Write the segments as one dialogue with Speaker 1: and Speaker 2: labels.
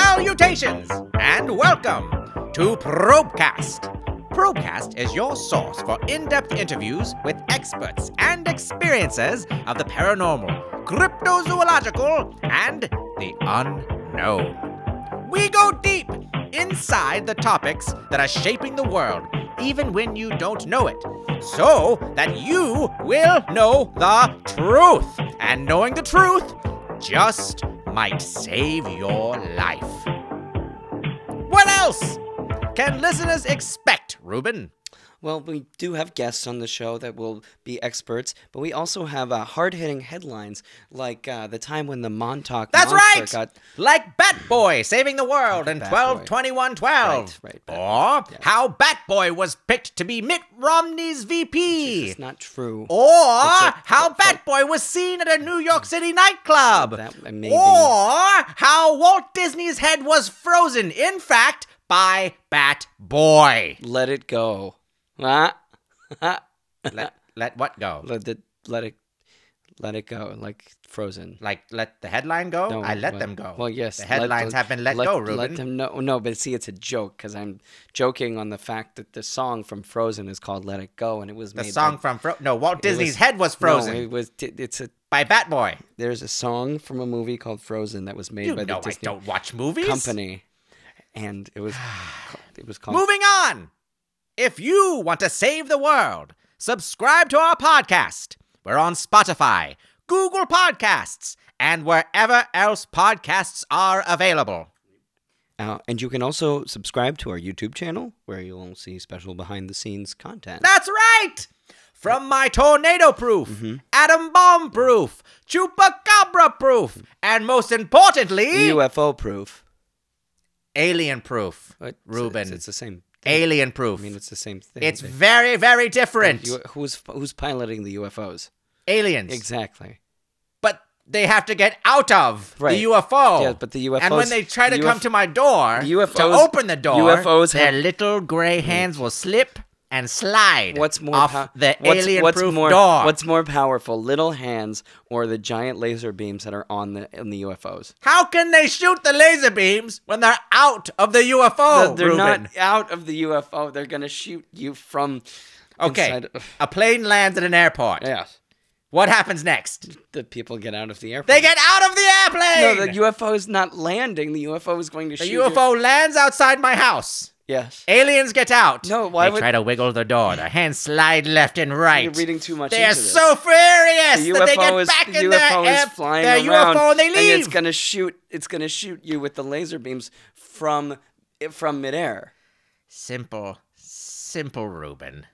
Speaker 1: Salutations and welcome to Probecast. Probecast is your source for in depth interviews with experts and experiences of the paranormal, cryptozoological, and the unknown. We go deep inside the topics that are shaping the world, even when you don't know it, so that you will know the truth. And knowing the truth just might save your life. What else can listeners expect, Ruben?
Speaker 2: Well, we do have guests on the show that will be experts, but we also have uh, hard-hitting headlines like uh, the time when the Montauk
Speaker 1: That's
Speaker 2: monster
Speaker 1: right.
Speaker 2: got
Speaker 1: Like Batboy saving the world in
Speaker 2: Bat
Speaker 1: 12
Speaker 2: Boy.
Speaker 1: 21 12.
Speaker 2: Right, right, Bat
Speaker 1: Or how Batboy was picked to be Mitt Romney's VP.
Speaker 2: it's not true.
Speaker 1: Or
Speaker 2: It's a-
Speaker 1: how Batboy was seen at a New York City nightclub.
Speaker 2: That- maybe.
Speaker 1: Or how Walt Disney's head was frozen, in fact, by Batboy.
Speaker 2: Let it go. Ah.
Speaker 1: Let, let what go?
Speaker 2: let it let it let it go like frozen.
Speaker 1: like let the headline go.
Speaker 2: No,
Speaker 1: I let
Speaker 2: well-
Speaker 1: them go.
Speaker 2: Well, yes,
Speaker 1: the
Speaker 2: let
Speaker 1: headlines
Speaker 2: the-
Speaker 1: have been let, go, Ruben.
Speaker 2: Let them know. No, but see, it's a joke because I'm joking on the fact that the song from Frozen is called "Let It Go" and it was
Speaker 1: the
Speaker 2: made
Speaker 1: song
Speaker 2: by,
Speaker 1: from Fro- no Walt Disney's
Speaker 2: was-
Speaker 1: head was frozen
Speaker 2: No, it was. It's a.
Speaker 1: by Batboy.
Speaker 2: There's a song from a movie called Frozen that was made
Speaker 1: You
Speaker 2: by the
Speaker 1: know I
Speaker 2: Disney
Speaker 1: don't watch movies.
Speaker 2: company, and it was ca- it was called
Speaker 1: Moving on. If you want to save the world, subscribe to our podcast. We're on Spotify, Google Podcasts, and wherever else podcasts are available.
Speaker 2: Uh, and you can also subscribe to our YouTube channel where you'll see special behind the scenes content.
Speaker 1: That's right! From my tornado proof,
Speaker 2: Mm-hmm.
Speaker 1: atom bomb proof, chupacabra
Speaker 2: Mm-hmm.
Speaker 1: proof, and most importantly,
Speaker 2: UFO proof.
Speaker 1: alien proof.
Speaker 2: But it's-
Speaker 1: Ruben,
Speaker 2: it's, it's the same.
Speaker 1: alien proof.
Speaker 2: I mean, it's the same thing.
Speaker 1: it's
Speaker 2: They-
Speaker 1: very, very different.
Speaker 2: You- who's who's piloting the UFOs?
Speaker 1: Aliens.
Speaker 2: Exactly.
Speaker 1: but they have to get out of
Speaker 2: Right.
Speaker 1: the UFO.
Speaker 2: Yeah, but the
Speaker 1: And when
Speaker 2: UFOs
Speaker 1: they try to
Speaker 2: the
Speaker 1: come
Speaker 2: UFO
Speaker 1: to my door
Speaker 2: the UFOs
Speaker 1: to open the door,
Speaker 2: UFOs
Speaker 1: their
Speaker 2: have- Hmm.
Speaker 1: little gray hands will slip and slide
Speaker 2: What's more
Speaker 1: off
Speaker 2: pow-
Speaker 1: the
Speaker 2: what's,
Speaker 1: alien
Speaker 2: what's
Speaker 1: proof
Speaker 2: more,
Speaker 1: door.
Speaker 2: What's more powerful, little hands or the giant laser beams that are on the in the UFOs?
Speaker 1: How can they shoot the laser beams when they're out of the UFO?
Speaker 2: But they're
Speaker 1: Oh, Ruben?
Speaker 2: not out of the UFO. They're gonna shoot you from.
Speaker 1: okay.
Speaker 2: inside of-
Speaker 1: A plane lands at an airport.
Speaker 2: yeah.
Speaker 1: What happens next?
Speaker 2: The people get out of the airplane.
Speaker 1: They get out of the airplane.
Speaker 2: no, the UFO is not landing. The UFO is going to
Speaker 1: The
Speaker 2: shoot you.
Speaker 1: UFO lands outside my house.
Speaker 2: Yes.
Speaker 1: Aliens get out.
Speaker 2: No, why
Speaker 1: they
Speaker 2: would-
Speaker 1: try to wiggle the door. Their hands slide left and right.
Speaker 2: You're reading too much
Speaker 1: They are
Speaker 2: into this.
Speaker 1: so furious
Speaker 2: the
Speaker 1: that they
Speaker 2: UFO
Speaker 1: get
Speaker 2: is
Speaker 1: back
Speaker 2: the
Speaker 1: in
Speaker 2: UFO
Speaker 1: their,
Speaker 2: is
Speaker 1: air-
Speaker 2: flying
Speaker 1: their
Speaker 2: around,
Speaker 1: UFO and they leave.
Speaker 2: it's gonna shoot. It's gonna shoot you with the laser beams from from midair.
Speaker 1: Simple, simple, Reuben.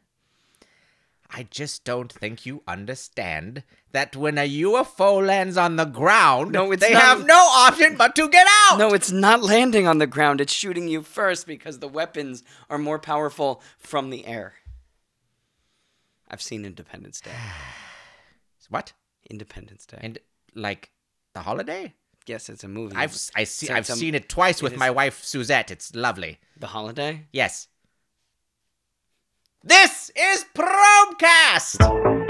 Speaker 1: I just don't think you understand that when a UFO lands on the ground,
Speaker 2: No, it's
Speaker 1: they
Speaker 2: not-
Speaker 1: have no option but to get out.
Speaker 2: No, it's not landing on the ground. It's shooting you first because the weapons are more powerful from the air. I've seen Independence Day.
Speaker 1: What?
Speaker 2: Independence Day.
Speaker 1: And like the holiday?
Speaker 2: yes, it's a movie.
Speaker 1: I've I see
Speaker 2: So
Speaker 1: I've
Speaker 2: it's a-
Speaker 1: seen it twice with
Speaker 2: is-
Speaker 1: my wife Suzette. It's lovely.
Speaker 2: the holiday.
Speaker 1: Yes. This is Probecast.